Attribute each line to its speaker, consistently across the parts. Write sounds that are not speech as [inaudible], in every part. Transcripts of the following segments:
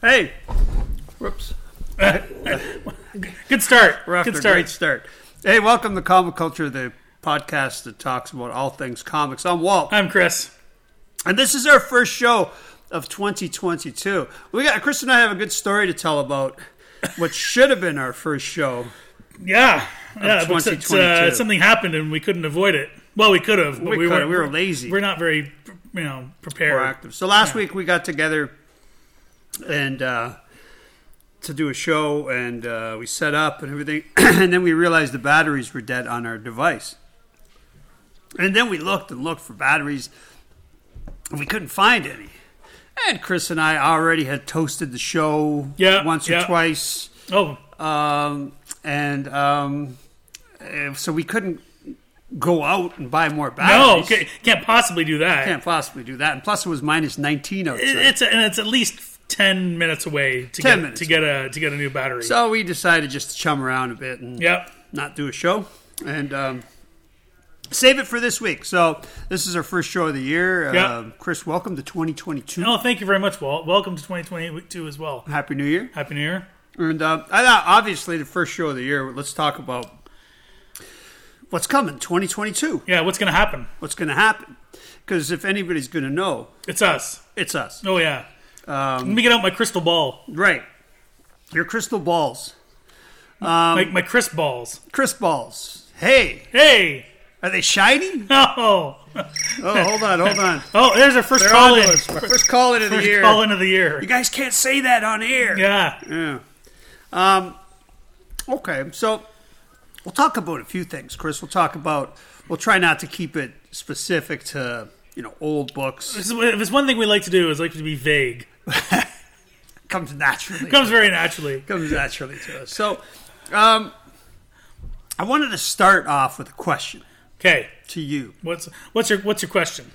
Speaker 1: Hey, whoops. Good start.
Speaker 2: We're off
Speaker 1: Good
Speaker 2: to a
Speaker 1: start.
Speaker 2: great start.
Speaker 1: Hey, welcome to Comic Culture, the podcast that talks about all things comics. I'm Walt,
Speaker 2: I'm Chris.
Speaker 1: and this is our first show of 2022. We got Chris and I have a good story to tell about what should have been our first show.
Speaker 2: Yeah, yeah. but It's, uh,
Speaker 1: 2022.
Speaker 2: something happened and we couldn't avoid it. Well, we could have, but
Speaker 1: We
Speaker 2: we,
Speaker 1: could-
Speaker 2: weren't.
Speaker 1: we were lazy.
Speaker 2: We're not very, you know,
Speaker 1: We're
Speaker 2: prepared.
Speaker 1: active. So last week we got together and uh, to do a show, and uh, we set up and everything, [clears throat] and then we realized the batteries were dead on our device. And then we looked and looked for batteries, and we couldn't find any. And Chris and I already had toasted the show
Speaker 2: Yeah,
Speaker 1: once
Speaker 2: yeah.
Speaker 1: or twice,
Speaker 2: Oh,
Speaker 1: um, and um, eh, so we couldn't go out and buy more
Speaker 2: no,
Speaker 1: batteries.
Speaker 2: ca- can't possibly do that.
Speaker 1: Can't possibly do that. And plus, it was minus 19 outside.
Speaker 2: It- It's and it's at least ten minutes away
Speaker 1: 10
Speaker 2: to get
Speaker 1: minutes
Speaker 2: to get a to get a new battery.
Speaker 1: So we decided just to chum around a bit and
Speaker 2: yep.
Speaker 1: not do a show and um, save it for this week. So this is our first show of the year.
Speaker 2: Yeah.
Speaker 1: Um, Chris, welcome to 2022.
Speaker 2: Oh, thank you very much, Walt. Welcome to 2022 as well.
Speaker 1: Happy New Year.
Speaker 2: Happy New Year.
Speaker 1: And um, I thought obviously the first show of the year, let's talk about what's coming 2022.
Speaker 2: Yeah, what's going to happen?
Speaker 1: What's going to happen? Because if anybody's going to know,
Speaker 2: It's us.
Speaker 1: it's us.
Speaker 2: Oh yeah.
Speaker 1: Um,
Speaker 2: Let me get out my crystal ball,
Speaker 1: Right. Your crystal balls. um,
Speaker 2: my, my crisp balls.
Speaker 1: Chris balls. Hey,
Speaker 2: Hey, [laughs]
Speaker 1: are they shiny?
Speaker 2: no. [laughs]
Speaker 1: Oh, hold on, hold on.
Speaker 2: Oh, there's our 1st
Speaker 1: They're
Speaker 2: call
Speaker 1: on
Speaker 2: in.
Speaker 1: to us. My first call in of the
Speaker 2: First
Speaker 1: year.
Speaker 2: call in of
Speaker 1: [laughs]
Speaker 2: the year.
Speaker 1: You guys can't say that on air.
Speaker 2: Yeah.
Speaker 1: Yeah. Um, okay, so we'll talk about a few things, Chris. We'll talk about. We'll try not to keep it specific to you know old books. [laughs]
Speaker 2: This is- If it's one thing we like to do, is like to be vague.
Speaker 1: comes naturally.
Speaker 2: It comes very naturally.
Speaker 1: comes naturally to us. So, um, I wanted to start off with a question
Speaker 2: Okay.
Speaker 1: to you.
Speaker 2: What's what's your what's your question?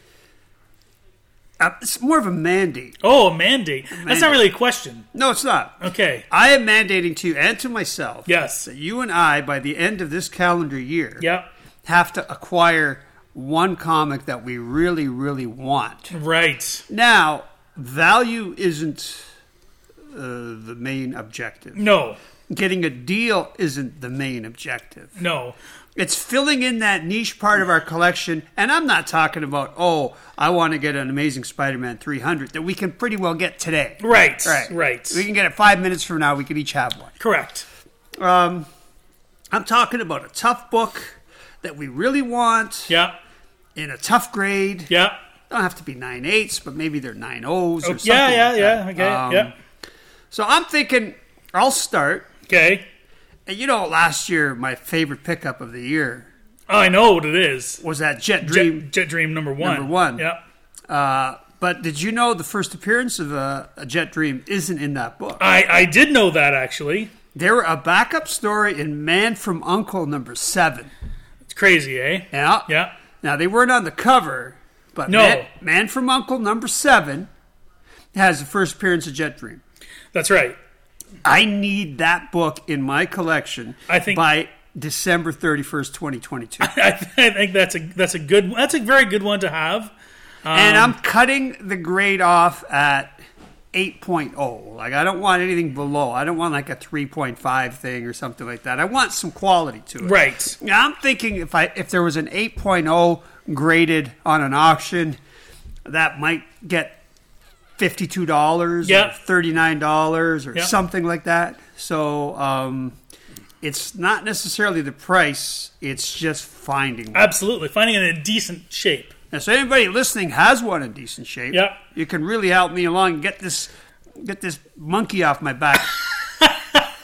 Speaker 1: Uh, it's more of a mandate.
Speaker 2: Oh, a mandate. That's
Speaker 1: mandate.
Speaker 2: not really a question.
Speaker 1: No, it's not.
Speaker 2: Okay.
Speaker 1: I am mandating to you and to myself
Speaker 2: Yes.
Speaker 1: that you and I, by the end of this calendar year,
Speaker 2: Yep.
Speaker 1: have to acquire one comic that we really, really want.
Speaker 2: Right.
Speaker 1: Now, value isn't uh, the main objective.
Speaker 2: No.
Speaker 1: Getting a deal isn't the main objective.
Speaker 2: No.
Speaker 1: It's filling in that niche part of our collection, and I'm not talking about, oh, I want to get an amazing Spider Man 300 that we can pretty well get today.
Speaker 2: Right.
Speaker 1: Right.
Speaker 2: Right.
Speaker 1: We can get it five minutes from now, we can each have one.
Speaker 2: Correct.
Speaker 1: Um, I'm talking about a tough book that we really want
Speaker 2: Yeah.
Speaker 1: in a tough grade.
Speaker 2: Yeah.
Speaker 1: don't have to be nine eights, but maybe they're nine O's or something.
Speaker 2: Oh, Yeah. Yeah.
Speaker 1: like that.
Speaker 2: Yeah. Okay.
Speaker 1: Um,
Speaker 2: yeah.
Speaker 1: So I'm thinking I'll start.
Speaker 2: Okay.
Speaker 1: And you know, last year my favorite pickup of the year
Speaker 2: Oh, I know what it is.
Speaker 1: was that Jet Dream.
Speaker 2: Jet, Jet Dream number one.
Speaker 1: Number one.
Speaker 2: Yeah.
Speaker 1: Uh, but did you know the first appearance of a, a Jet Dream isn't in that book?
Speaker 2: I I did know that actually.
Speaker 1: They were a backup story in Man from Uncle number seven.
Speaker 2: It's crazy, eh?
Speaker 1: Yeah.
Speaker 2: Yeah.
Speaker 1: Now they weren't on the cover, but
Speaker 2: No.
Speaker 1: Man, Man from Uncle number seven has the first appearance of Jet Dream.
Speaker 2: That's right.
Speaker 1: I need that book in my collection.
Speaker 2: I think- Uh,
Speaker 1: by December thirty first, twenty twenty two,
Speaker 2: [laughs] I, th- I think that's a that's a good that's a very good one to have.
Speaker 1: and
Speaker 2: um,
Speaker 1: I'm cutting the grade off at 8.0. Like I don't want anything below. I don't want like a 3.5 thing or something like that. I want some quality to it.
Speaker 2: Right.
Speaker 1: Now I'm thinking if I if there was an 8.0 graded on an auction, that might get fifty-two dollars
Speaker 2: Yeah.
Speaker 1: or thirty-nine dollars or
Speaker 2: Yeah.
Speaker 1: something like that. So um, it's not necessarily the price; it's just finding one.
Speaker 2: Absolutely. Finding it in a decent shape.
Speaker 1: now, so anybody listening has one in decent shape.
Speaker 2: Yeah.
Speaker 1: you can really help me along and get this get this monkey off my
Speaker 2: [laughs]
Speaker 1: back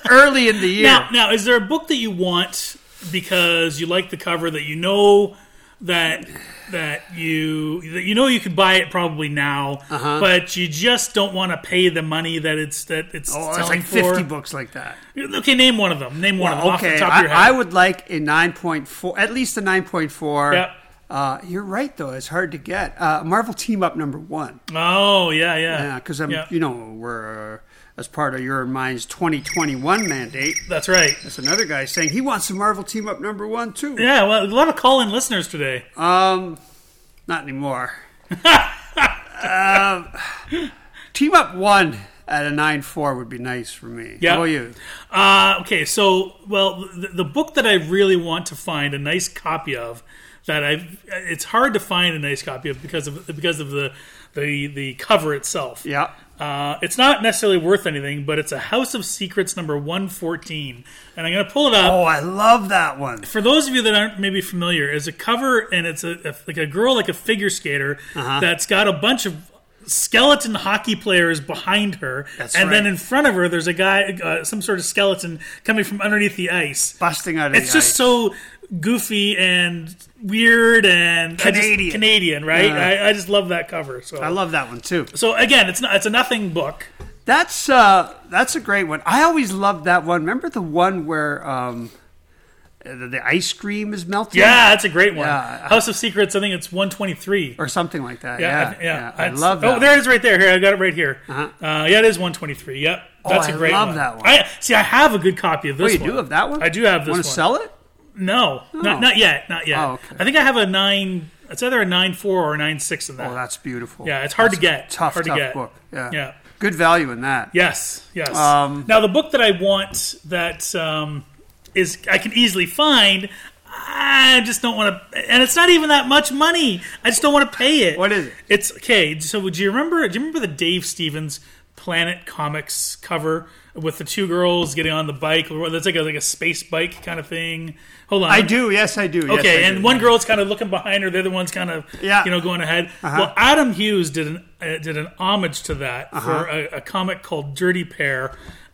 Speaker 1: early in the year.
Speaker 2: Now, now is there a book that you want because you like the cover that you know that that you that you know you could buy it probably now,
Speaker 1: Uh-huh.
Speaker 2: but you just don't want to pay the money that it's that it's
Speaker 1: Oh,
Speaker 2: selling
Speaker 1: it's like
Speaker 2: for?
Speaker 1: fifty books like that.
Speaker 2: Okay, name one of them. Name one of them off
Speaker 1: okay,
Speaker 2: the top
Speaker 1: I,
Speaker 2: of your head.
Speaker 1: I would like a nine point four, at least a nine point four.
Speaker 2: Yeah.
Speaker 1: Uh, you're right though; it's hard to get. Uh, Marvel Team Up number one.
Speaker 2: oh yeah, yeah,
Speaker 1: Yeah, because I'm,
Speaker 2: Yeah.
Speaker 1: you know, we're uh, as part of your and mine's 2021 mandate.
Speaker 2: That's right.
Speaker 1: That's another guy saying he wants the Marvel team up number one too.
Speaker 2: Yeah, well, a lot of call-in listeners today.
Speaker 1: Um,
Speaker 2: [laughs]
Speaker 1: not anymore. um, team up one at a nine four would be nice for me.
Speaker 2: Yeah.
Speaker 1: How about you?
Speaker 2: Uh, okay, so well, the, the book that I really want to find a nice copy of that I have it's hard to find a nice copy of because of because of the the the cover itself.
Speaker 1: Yeah.
Speaker 2: Uh, it's not necessarily worth anything, but it's a House of Secrets number one fourteen, and I'm gonna pull it up
Speaker 1: Oh, I love that one.
Speaker 2: for those of you that aren't maybe familiar, it's a cover and it's a, a- like a girl like a figure skater
Speaker 1: Uh-huh.
Speaker 2: that's got a bunch of skeleton hockey players behind her,
Speaker 1: That's
Speaker 2: and then
Speaker 1: right.
Speaker 2: in front of her there's a guy, uh, some sort of skeleton coming from underneath the ice.
Speaker 1: Busting out of
Speaker 2: It's
Speaker 1: the
Speaker 2: just
Speaker 1: ice.
Speaker 2: so goofy and weird and I just-
Speaker 1: Canadian.
Speaker 2: Canadian, right?
Speaker 1: Yeah.
Speaker 2: I, I just love that cover. So,
Speaker 1: I love that one too.
Speaker 2: so again, it's not it's a nothing book.
Speaker 1: That's uh, that's a great one. I always loved that one. Remember the one where um, the, the ice cream is melting?
Speaker 2: Yeah, it's a great one.
Speaker 1: Yeah.
Speaker 2: House of Secrets. I think it's one twenty three.
Speaker 1: or something like that.
Speaker 2: Yeah,
Speaker 1: Yeah,
Speaker 2: I- yeah.
Speaker 1: I
Speaker 2: That's-
Speaker 1: love
Speaker 2: Oh,
Speaker 1: that. Uh-huh.
Speaker 2: there it is, right there. Here, I got it right here. uh yeah, it is 123. Yep, that's a
Speaker 1: Oh, I
Speaker 2: great
Speaker 1: love
Speaker 2: one.
Speaker 1: that one.
Speaker 2: I, see, I have a good copy of
Speaker 1: Oh,
Speaker 2: this.
Speaker 1: you
Speaker 2: one.
Speaker 1: do have that one.
Speaker 2: I do have this
Speaker 1: Want
Speaker 2: one.
Speaker 1: to sell it?
Speaker 2: No, not not yet, not yet.
Speaker 1: Oh, okay.
Speaker 2: I think I have a nine. It's either a nine four or a nine six in that.
Speaker 1: Oh, that's beautiful.
Speaker 2: yeah, it's hard to get.
Speaker 1: Tough,
Speaker 2: hard
Speaker 1: tough
Speaker 2: to get.
Speaker 1: book. Yeah.
Speaker 2: Yeah.
Speaker 1: good value in that.
Speaker 2: Yes, yes.
Speaker 1: Um,
Speaker 2: now the book that I want that um, is I can easily find. I just don't want to, and it's not even that much money. I just don't want to pay it.
Speaker 1: What is it?
Speaker 2: It's okay. So do you remember? Do you remember the Dave Stevens Planet Comics cover with the two girls getting on the bike? Or That's like a, like a space bike kind of thing. Hold on,
Speaker 1: I do. Yes, I do. Yes,
Speaker 2: Okay,
Speaker 1: I
Speaker 2: and
Speaker 1: do.
Speaker 2: one girl's kind of looking behind her; the other one's kind of,
Speaker 1: Yeah. Uh-huh.
Speaker 2: you know, going ahead. Well, Adam Hughes did an uh, did an homage to that
Speaker 1: Uh-huh.
Speaker 2: for a, a comic called Dirty Pair,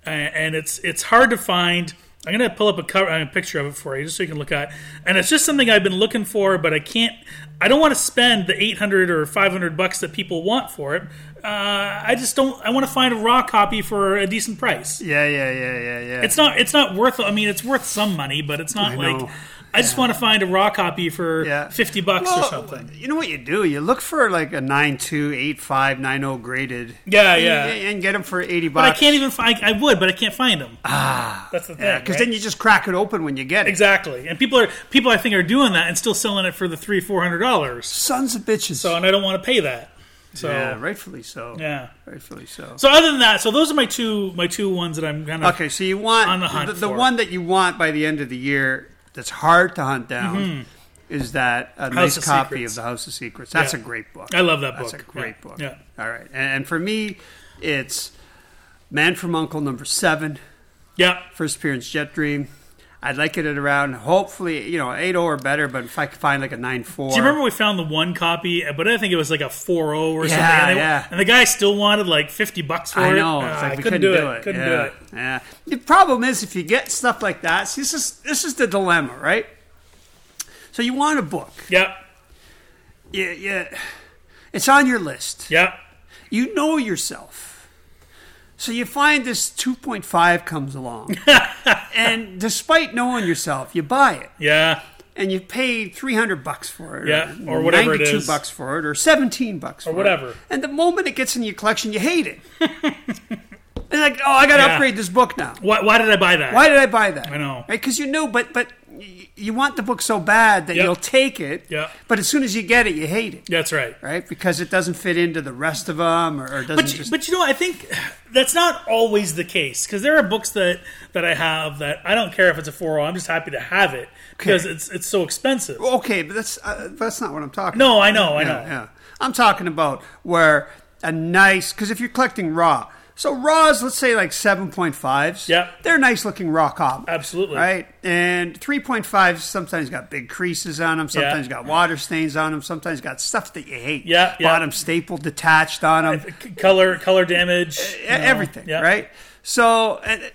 Speaker 2: uh, and it's it's hard to find. I'm gonna pull up a cover, a picture of it for you, just so you can look at. And it's just something I've been looking for, but I can't. I don't want to spend the 800 or 500 bucks that people want for it. Uh, I just don't. I want to find a raw copy for a decent price.
Speaker 1: Yeah, yeah, yeah, yeah, yeah.
Speaker 2: It's not. It's not worth. I mean, it's worth some money, but it's not
Speaker 1: I
Speaker 2: like.
Speaker 1: know.
Speaker 2: I just want to find a raw copy for
Speaker 1: Yeah.
Speaker 2: fifty bucks
Speaker 1: Well,
Speaker 2: or something.
Speaker 1: You know what you do? You look for like a nine two eight five nine zero graded.
Speaker 2: Yeah, yeah.
Speaker 1: And, and get them for eighty
Speaker 2: But I
Speaker 1: bucks.
Speaker 2: can't even find. I would, but I can't find them. Ah, that's the thing.
Speaker 1: because
Speaker 2: right?
Speaker 1: then you just crack it open when you get it.
Speaker 2: exactly. And people are people. I think are doing that and still selling it for the three four hundred dollars.
Speaker 1: Sons of bitches.
Speaker 2: So and I don't want to pay that. So
Speaker 1: yeah, rightfully so.
Speaker 2: yeah.
Speaker 1: rightfully so.
Speaker 2: So other than that, so those are my two my two ones that I'm kind of
Speaker 1: Okay, so you want
Speaker 2: On the hunt
Speaker 1: the,
Speaker 2: for.
Speaker 1: one that you want by the end of the year that's hard to hunt down is that a
Speaker 2: Mm-hmm. House
Speaker 1: nice
Speaker 2: of
Speaker 1: copy
Speaker 2: Secrets.
Speaker 1: of the House of Secrets. That's
Speaker 2: Yeah.
Speaker 1: a great book.
Speaker 2: I love that
Speaker 1: That's
Speaker 2: book.
Speaker 1: a great
Speaker 2: Yeah.
Speaker 1: book.
Speaker 2: Yeah.
Speaker 1: All right, and, and for me, it's Man from Uncle number seven,
Speaker 2: yeah.
Speaker 1: First Appearance Jet Dream. I'd like it at around hopefully you know eight or better, but if I could find like a nine four.
Speaker 2: Do you remember we found the one copy, Uh, but I think it was like a 4.0 or something.
Speaker 1: Yeah,
Speaker 2: And, they-
Speaker 1: yeah.
Speaker 2: and the guy still wanted like 50 bucks for
Speaker 1: I
Speaker 2: it.
Speaker 1: know.
Speaker 2: Uh,
Speaker 1: it's like
Speaker 2: I
Speaker 1: we
Speaker 2: couldn't, do it. Couldn't
Speaker 1: yeah.
Speaker 2: do it.
Speaker 1: Yeah. The problem is if you get stuff like that, see, this is this is the dilemma, right? So you want a book.
Speaker 2: Yep.
Speaker 1: Yeah, yeah. It's on your list.
Speaker 2: Yep.
Speaker 1: You know yourself. So you find this 2.5 comes
Speaker 2: [laughs]
Speaker 1: along. and despite knowing yourself, you buy it
Speaker 2: Yeah.
Speaker 1: and you pay 300 bucks for it
Speaker 2: Yeah, or whatever it
Speaker 1: 92
Speaker 2: is.
Speaker 1: bucks for it or 17 bucks or for
Speaker 2: whatever.
Speaker 1: it. And the moment it gets in your collection, you hate
Speaker 2: [laughs]
Speaker 1: it. it's like, "Oh, I got to
Speaker 2: Yeah.
Speaker 1: upgrade this book now."
Speaker 2: Why, why did I buy that?
Speaker 1: Why did I buy that?
Speaker 2: I know.
Speaker 1: right? Because you knew, but but y- you want the book so bad that
Speaker 2: Yep.
Speaker 1: you'll take it.
Speaker 2: Yep.
Speaker 1: But as soon as you get it, you hate it,
Speaker 2: That's right.
Speaker 1: right? Because it doesn't fit into the rest of them, or, or doesn't
Speaker 2: But,
Speaker 1: just.
Speaker 2: but you know, I think that's not always the case because there are books that, that I have that I don't care if it's a 4.0. I'm just happy to have it because it's it's so expensive.
Speaker 1: okay, but that's uh, that's not what I'm talking.
Speaker 2: No, I know. I
Speaker 1: about.
Speaker 2: know.
Speaker 1: Yeah, yeah. I'm talking about where a nice because if you're collecting raw, so raws, let's say like seven point fives.
Speaker 2: Yeah.
Speaker 1: They're nice looking raw comics.
Speaker 2: Absolutely.
Speaker 1: Right, and 3.5 sometimes got big creases on them, sometimes got water stains on them, sometimes got stuff that you hate.
Speaker 2: Yeah, yeah.
Speaker 1: bottom stapled, detached on them,
Speaker 2: C- Color color damage. you know.
Speaker 1: everything.
Speaker 2: Yeah.
Speaker 1: Right. So, and,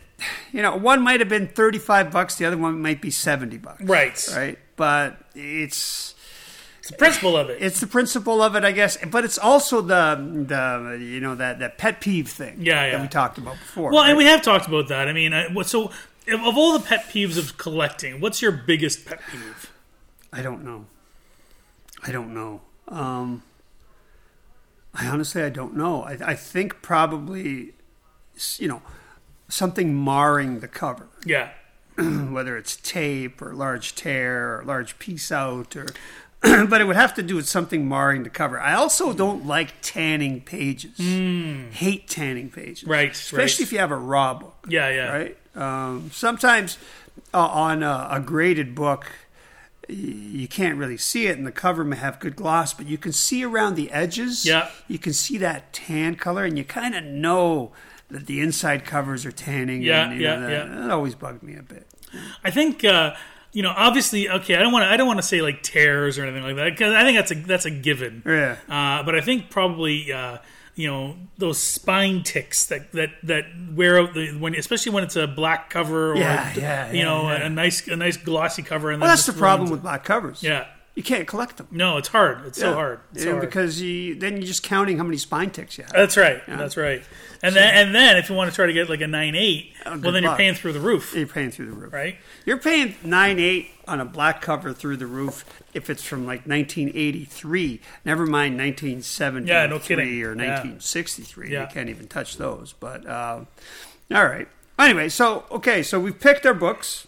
Speaker 1: you know, one might have been 35 bucks, the other one might be 70 bucks.
Speaker 2: Right.
Speaker 1: Right. But it's
Speaker 2: It's the principle of it.
Speaker 1: it's the principle of it, I guess. But it's also the the you know that that pet peeve thing.
Speaker 2: Yeah, yeah.
Speaker 1: That we talked about before.
Speaker 2: Well,
Speaker 1: right?
Speaker 2: and we have talked about that. I mean, I, what- so of of all the pet peeves of collecting, what's your biggest pet peeve?
Speaker 1: I don't know. I don't know. Um, I honestly, I don't know. I, I think probably, s- you know, something marring the cover, [clears throat]
Speaker 2: Yeah,
Speaker 1: whether it's tape or [clears throat] large tear or large piece out or but it would have to do with something marring the cover. I also don't like tanning pages. Hate tanning pages.
Speaker 2: Hmm. Right,
Speaker 1: Especially
Speaker 2: right.
Speaker 1: if you have a raw book.
Speaker 2: Yeah, yeah.
Speaker 1: Right. Um, sometimes uh, on a, a graded book, y- you can't really see it, and the cover may have good gloss, but you can see around the edges.
Speaker 2: Yeah.
Speaker 1: You can see that tan color, and you kind of know that the inside covers are tanning.
Speaker 2: Yeah,
Speaker 1: and, you know,
Speaker 2: yeah,
Speaker 1: that,
Speaker 2: yeah.
Speaker 1: That always bugged me a bit.
Speaker 2: I think uh, you know, obviously, okay. I don't want to. I don't want to say like tears or anything like that because I think that's a that's a given.
Speaker 1: Yeah.
Speaker 2: Uh, but I think probably uh, you know those spine ticks that that that wear out the when especially when it's a black cover or
Speaker 1: Yeah, yeah,
Speaker 2: you
Speaker 1: yeah,
Speaker 2: know
Speaker 1: yeah.
Speaker 2: a nice a nice glossy cover. And
Speaker 1: Well,
Speaker 2: then
Speaker 1: that's the
Speaker 2: just
Speaker 1: problem with
Speaker 2: ruins
Speaker 1: black covers.
Speaker 2: it. yeah.
Speaker 1: You can't collect them.
Speaker 2: No, it's hard. It's so
Speaker 1: Yeah.
Speaker 2: hard. It's so
Speaker 1: Yeah,
Speaker 2: hard. Uh,
Speaker 1: because you, then you're just counting how many spine ticks you have.
Speaker 2: That's right. That's right. And then and then if you want to try to get like a nine eight, well
Speaker 1: Oh, good
Speaker 2: then you're
Speaker 1: luck.
Speaker 2: paying through the roof,
Speaker 1: you're paying through the roof.
Speaker 2: right?
Speaker 1: You're paying nine eight on a black cover through the roof if it's from like 1983. Never mind 1973
Speaker 2: Yeah, no kidding.
Speaker 1: or
Speaker 2: Yeah.
Speaker 1: 1963.
Speaker 2: Yeah.
Speaker 1: You can't even touch those. But uh, all right. Anyway, so okay, so we've picked our books.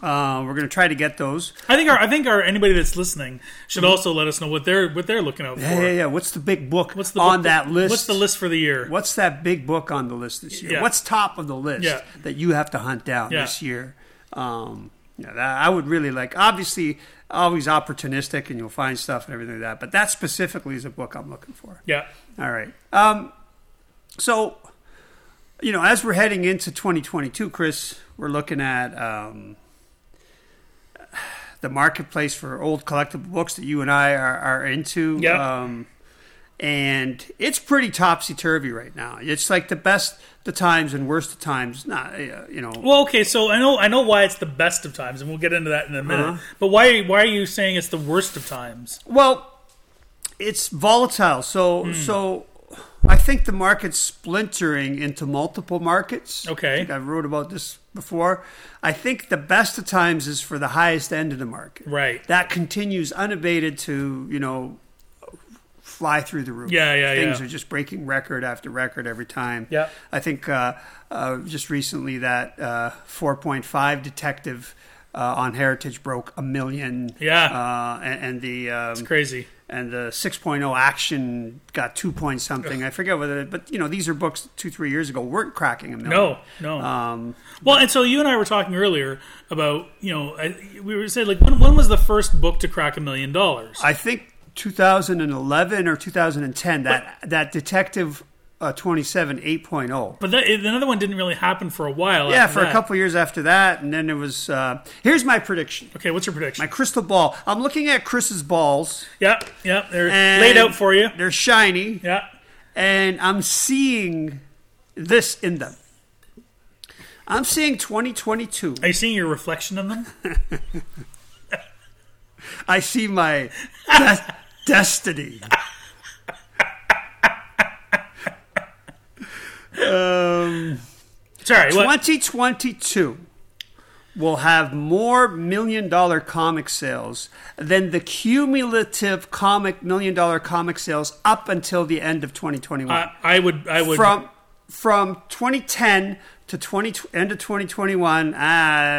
Speaker 1: Uh, we're gonna try to get those.
Speaker 2: I think our I think our anybody that's listening should also let us know what they're what they're looking out for.
Speaker 1: Mm-hmm. Yeah, yeah, yeah. What's the big book
Speaker 2: What's the
Speaker 1: on
Speaker 2: book-
Speaker 1: that list?
Speaker 2: What's the list for the year?
Speaker 1: What's that big book on the list this year?
Speaker 2: Yeah.
Speaker 1: What's top of the list
Speaker 2: Yeah.
Speaker 1: that you have to hunt down
Speaker 2: Yeah.
Speaker 1: this year? Um, you know, that I would really like. Obviously, always opportunistic, and you'll find stuff and everything like that. But that specifically is a book I'm looking for.
Speaker 2: Yeah,
Speaker 1: All right. Um, so, you know, as we're heading into 2022, Chris, we're looking at um, the marketplace for old collectible books that you and I are, are into.
Speaker 2: Yeah.
Speaker 1: Um, and it's pretty topsy turvy right now. It's like the best the times and worst of times. Not uh, you know.
Speaker 2: Well, okay, so I know I know why it's the best of times, and we'll get into that in a minute.
Speaker 1: Uh-huh.
Speaker 2: But why why are you saying it's the worst of times?
Speaker 1: Well, it's volatile. So so I think the market's splintering into multiple markets.
Speaker 2: Okay.
Speaker 1: I think I've wrote about this before. I think the best of times is for the highest end of the market.
Speaker 2: Right.
Speaker 1: That continues unabated to, you know, fly through the roof.
Speaker 2: Yeah, yeah,
Speaker 1: Things
Speaker 2: yeah.
Speaker 1: are just breaking record after record every time.
Speaker 2: Yeah.
Speaker 1: I think uh, uh, just recently that uh, 4.5 detective uh, on Heritage broke a million.
Speaker 2: Yeah.
Speaker 1: Uh, and, and the um,
Speaker 2: Crazy.
Speaker 1: and the 6.0 action got two point something. I forget whether, it, but you know, these are books two, three years ago weren't cracking a million.
Speaker 2: No, no.
Speaker 1: Um,
Speaker 2: well, and so you and I were talking earlier about you know I, we were saying like when when was the first book to crack a million dollars?
Speaker 1: I think 2011 or 2010, that, that Detective uh, 27 8.0.
Speaker 2: But that, another one didn't really happen for a while.
Speaker 1: oh. Yeah,
Speaker 2: after
Speaker 1: for a
Speaker 2: that.
Speaker 1: couple years after that. And then it was, uh, here's my prediction.
Speaker 2: Okay, what's your prediction?
Speaker 1: My crystal ball. I'm looking at Chris's balls.
Speaker 2: Yep, yep. They're
Speaker 1: and
Speaker 2: laid out for you.
Speaker 1: They're shiny.
Speaker 2: Yeah.
Speaker 1: and I'm seeing this in them. I'm seeing 2022.
Speaker 2: Are you seeing your reflection
Speaker 1: [laughs]
Speaker 2: in them?
Speaker 1: I see my de- destiny.
Speaker 2: Sorry. What?
Speaker 1: 2022 will have more million dollar comic sales than the cumulative comic million dollar comic sales up until the end of 2021.
Speaker 2: I, I would. I would.
Speaker 1: from from 2010 to 20 end of 2021 I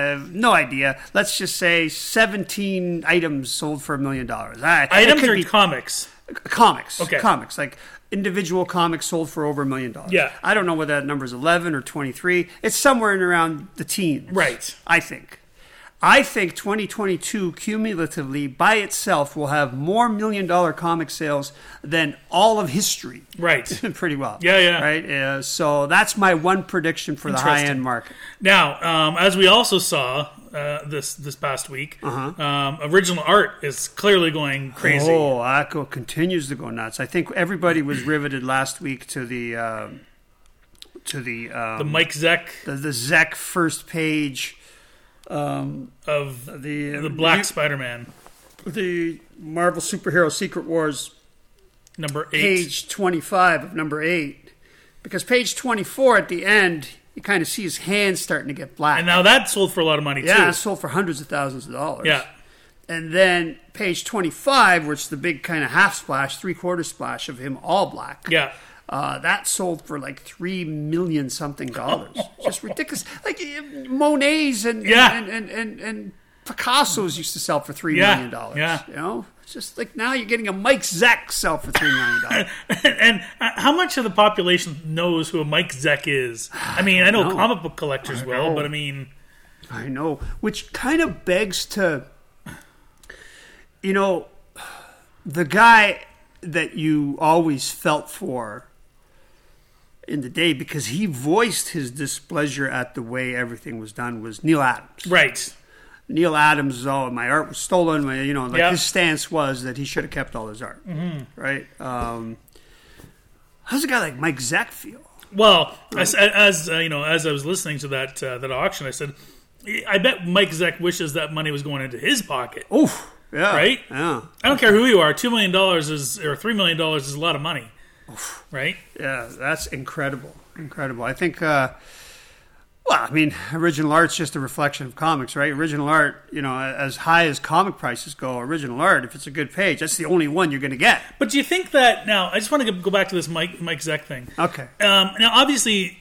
Speaker 1: have no idea let's just say 17 items sold for a million dollars I- it
Speaker 2: items
Speaker 1: could
Speaker 2: or
Speaker 1: be
Speaker 2: comics.
Speaker 1: comics
Speaker 2: Okay.
Speaker 1: comics like individual comics sold for over a million dollars
Speaker 2: Yeah.
Speaker 1: i don't know whether that number is 11 or 23 it's somewhere in around the teens
Speaker 2: Right.
Speaker 1: i think i think 2022 cumulatively by itself will have more million dollar comic sales than all of history
Speaker 2: Right.
Speaker 1: [laughs] pretty well.
Speaker 2: Yeah, yeah.
Speaker 1: Right. Uh, so that's my one prediction for the high
Speaker 2: Interesting.
Speaker 1: end market.
Speaker 2: Now, um, as we also saw uh, this this past week, um, original art is clearly going crazy.
Speaker 1: Uh-huh. Oh, Akko continues to go nuts. I think everybody was riveted last week to the um to the,
Speaker 2: The
Speaker 1: um,
Speaker 2: Mike Zeck
Speaker 1: the the Zek first page.
Speaker 2: of
Speaker 1: The um,
Speaker 2: the Black Spider Man,
Speaker 1: the Marvel superhero Secret Wars
Speaker 2: number eight.
Speaker 1: page twenty five of number eight, because page twenty four at the end you kind of see his hands starting to get black.
Speaker 2: And now that sold for a lot of money
Speaker 1: yeah, it
Speaker 2: too.
Speaker 1: sold for hundreds of thousands of dollars.
Speaker 2: Yeah.
Speaker 1: And then page 25, which is the big kind of half splash, three quarter splash of him all black.
Speaker 2: Yeah.
Speaker 1: Uh, that sold for like three million
Speaker 2: [laughs]
Speaker 1: something dollars. Just ridiculous. Like eh, Monets and,
Speaker 2: Yeah.
Speaker 1: and, and, and, and, Picasso's used to sell for three
Speaker 2: Yeah,
Speaker 1: million dollars.
Speaker 2: yeah.
Speaker 1: You know, it's just like now you're getting a Mike Zeck sell for three million dollars.
Speaker 2: [laughs] and uh, how much of the population knows who a Mike Zeck is? I mean, I know,
Speaker 1: know.
Speaker 2: comic book collectors will,
Speaker 1: know.
Speaker 2: but I mean,
Speaker 1: I know, which kind of begs to, you know, the guy that you always felt for in the day because he voiced his displeasure at the way everything was done was Neil Adams.
Speaker 2: right?
Speaker 1: Neil Adams is all my art was stolen. my- You know, like
Speaker 2: Yeah. Mm-hmm.
Speaker 1: his stance was that he should have kept all his art, right? Um, how's a guy like Mike Zack feel?
Speaker 2: Well, as, as uh, you know, as I was listening to that uh, that auction, I said, I bet Mike Zeck wishes that money was going into his pocket.
Speaker 1: Oof, yeah,
Speaker 2: Right?
Speaker 1: yeah,
Speaker 2: I don't care who you are. Two million dollars is or three million dollars is a lot of money, right?
Speaker 1: yeah. That's incredible, incredible. I think. Uh, well, I mean, original art's just a reflection of comics, right? Original art, you know, as high as comic prices go, original art, if it's a good page, that's the only one you're going to get.
Speaker 2: But do you think that now? I just want to go back to this Mike Mike Zeck thing.
Speaker 1: Okay.
Speaker 2: Um, now, obviously,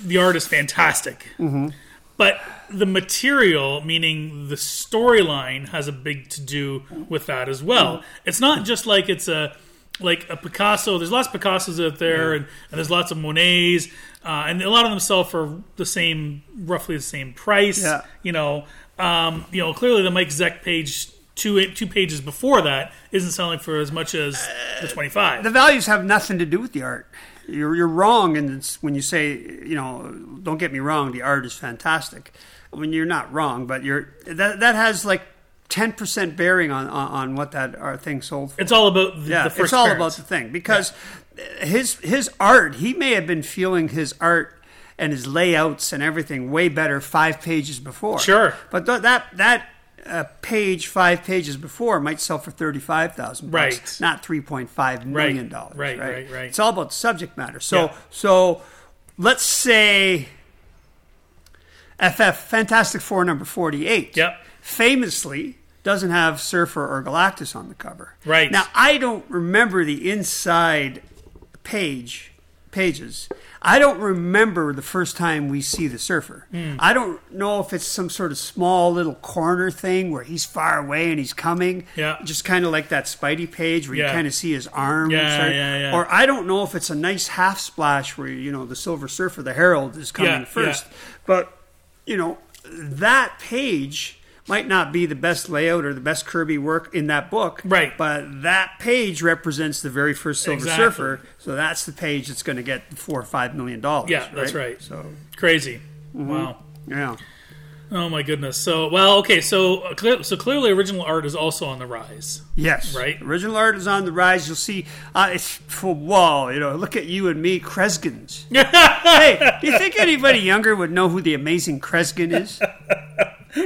Speaker 2: the art is fantastic,
Speaker 1: Mm-hmm.
Speaker 2: but the material, meaning the storyline, has a big to do with that as well.
Speaker 1: Mm-hmm.
Speaker 2: It's not just like it's a like a Picasso. There's lots of Picassos out there, and, and there's lots of Monets, uh, and a lot of them sell for the same, roughly the same price.
Speaker 1: Yeah.
Speaker 2: You know, um, you know, clearly the Mike Zeck page. Two, two pages before that isn't selling for as much as the 25
Speaker 1: Uh, the values have nothing to do with the art. You're, you're wrong in this, when you say, you know, don't get me wrong, the art is fantastic. When you're not wrong, but you're that that has like ten percent bearing on, on on what that art thing sold for.
Speaker 2: it's all about the,
Speaker 1: yeah,
Speaker 2: the first
Speaker 1: it's all
Speaker 2: appearance.
Speaker 1: about the thing because his his art. He may have been feeling his art and his layouts and everything way better five pages before.
Speaker 2: Sure.
Speaker 1: but th- that that. uh page five pages before might sell for thirty five thousand
Speaker 2: Right.
Speaker 1: not three point five million dollars.
Speaker 2: right, right, right.
Speaker 1: It's all about subject matter. So,
Speaker 2: Yeah.
Speaker 1: so let's say FF Fantastic Four number forty eight.
Speaker 2: Yep.
Speaker 1: Famously doesn't have Surfer or Galactus on the cover.
Speaker 2: Right.
Speaker 1: now, I don't remember the inside page pages. I don't remember the first time we see the surfer.
Speaker 2: Hmm.
Speaker 1: I don't know if it's some sort of small little corner thing where he's far away and he's coming.
Speaker 2: Yeah.
Speaker 1: Just kind of like that Spidey page where
Speaker 2: Yeah.
Speaker 1: you kind of see his arm.
Speaker 2: Yeah, yeah, yeah.
Speaker 1: Or I don't know if it's a nice half splash where, you know, the Silver Surfer, the Herald, is coming
Speaker 2: Yeah,
Speaker 1: first.
Speaker 2: yeah.
Speaker 1: But, you know, that page might not be the best layout or the best Kirby work in that book.
Speaker 2: Right.
Speaker 1: But that page represents the very first Silver
Speaker 2: Exactly.
Speaker 1: Surfer. So that's the page that's going to get four or five million dollars.
Speaker 2: Yeah, that's right.
Speaker 1: So, mm-hmm.
Speaker 2: Crazy. Wow.
Speaker 1: yeah.
Speaker 2: Oh my goodness. So well, okay. So uh, cle- so clearly, original art is also on the rise.
Speaker 1: Yes.
Speaker 2: Right?
Speaker 1: Original art is on the rise. You'll see, uh, it's for whoa, you know, look at you and me,
Speaker 2: [laughs]
Speaker 1: Kresgins. hey, do you think anybody younger would know who the amazing Kresgin is?